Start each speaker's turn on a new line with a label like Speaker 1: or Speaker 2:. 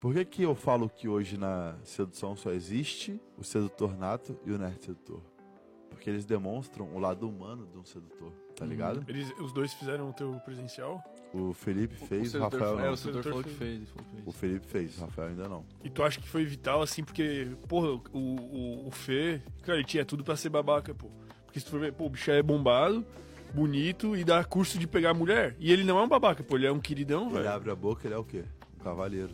Speaker 1: Por que, que eu falo que hoje na sedução só existe o sedutor nato e o nerd sedutor? Porque eles demonstram o lado humano de um sedutor, tá ligado?
Speaker 2: Eles, os dois fizeram o teu presencial
Speaker 1: O Felipe fez, o,
Speaker 3: sedutor-
Speaker 1: Rafael
Speaker 3: É,
Speaker 1: não.
Speaker 3: o sedutor
Speaker 2: Sedutor
Speaker 3: falou que
Speaker 2: fez.
Speaker 3: fez. ele falou que fez.
Speaker 1: O Felipe fez, o Rafael ainda não.
Speaker 2: e tu acha que foi vital, assim, porque, porra, o, o, o Fê, cara, ele tinha tudo pra ser babaca, pô. Porque se tu for ver, pô, o bicho é bombado, bonito e dá curso de pegar mulher. E ele não é um babaca, pô, ele é um queridão,
Speaker 1: Ele
Speaker 2: velho.
Speaker 1: abre a boca, ele é o quê? Um cavaleiro.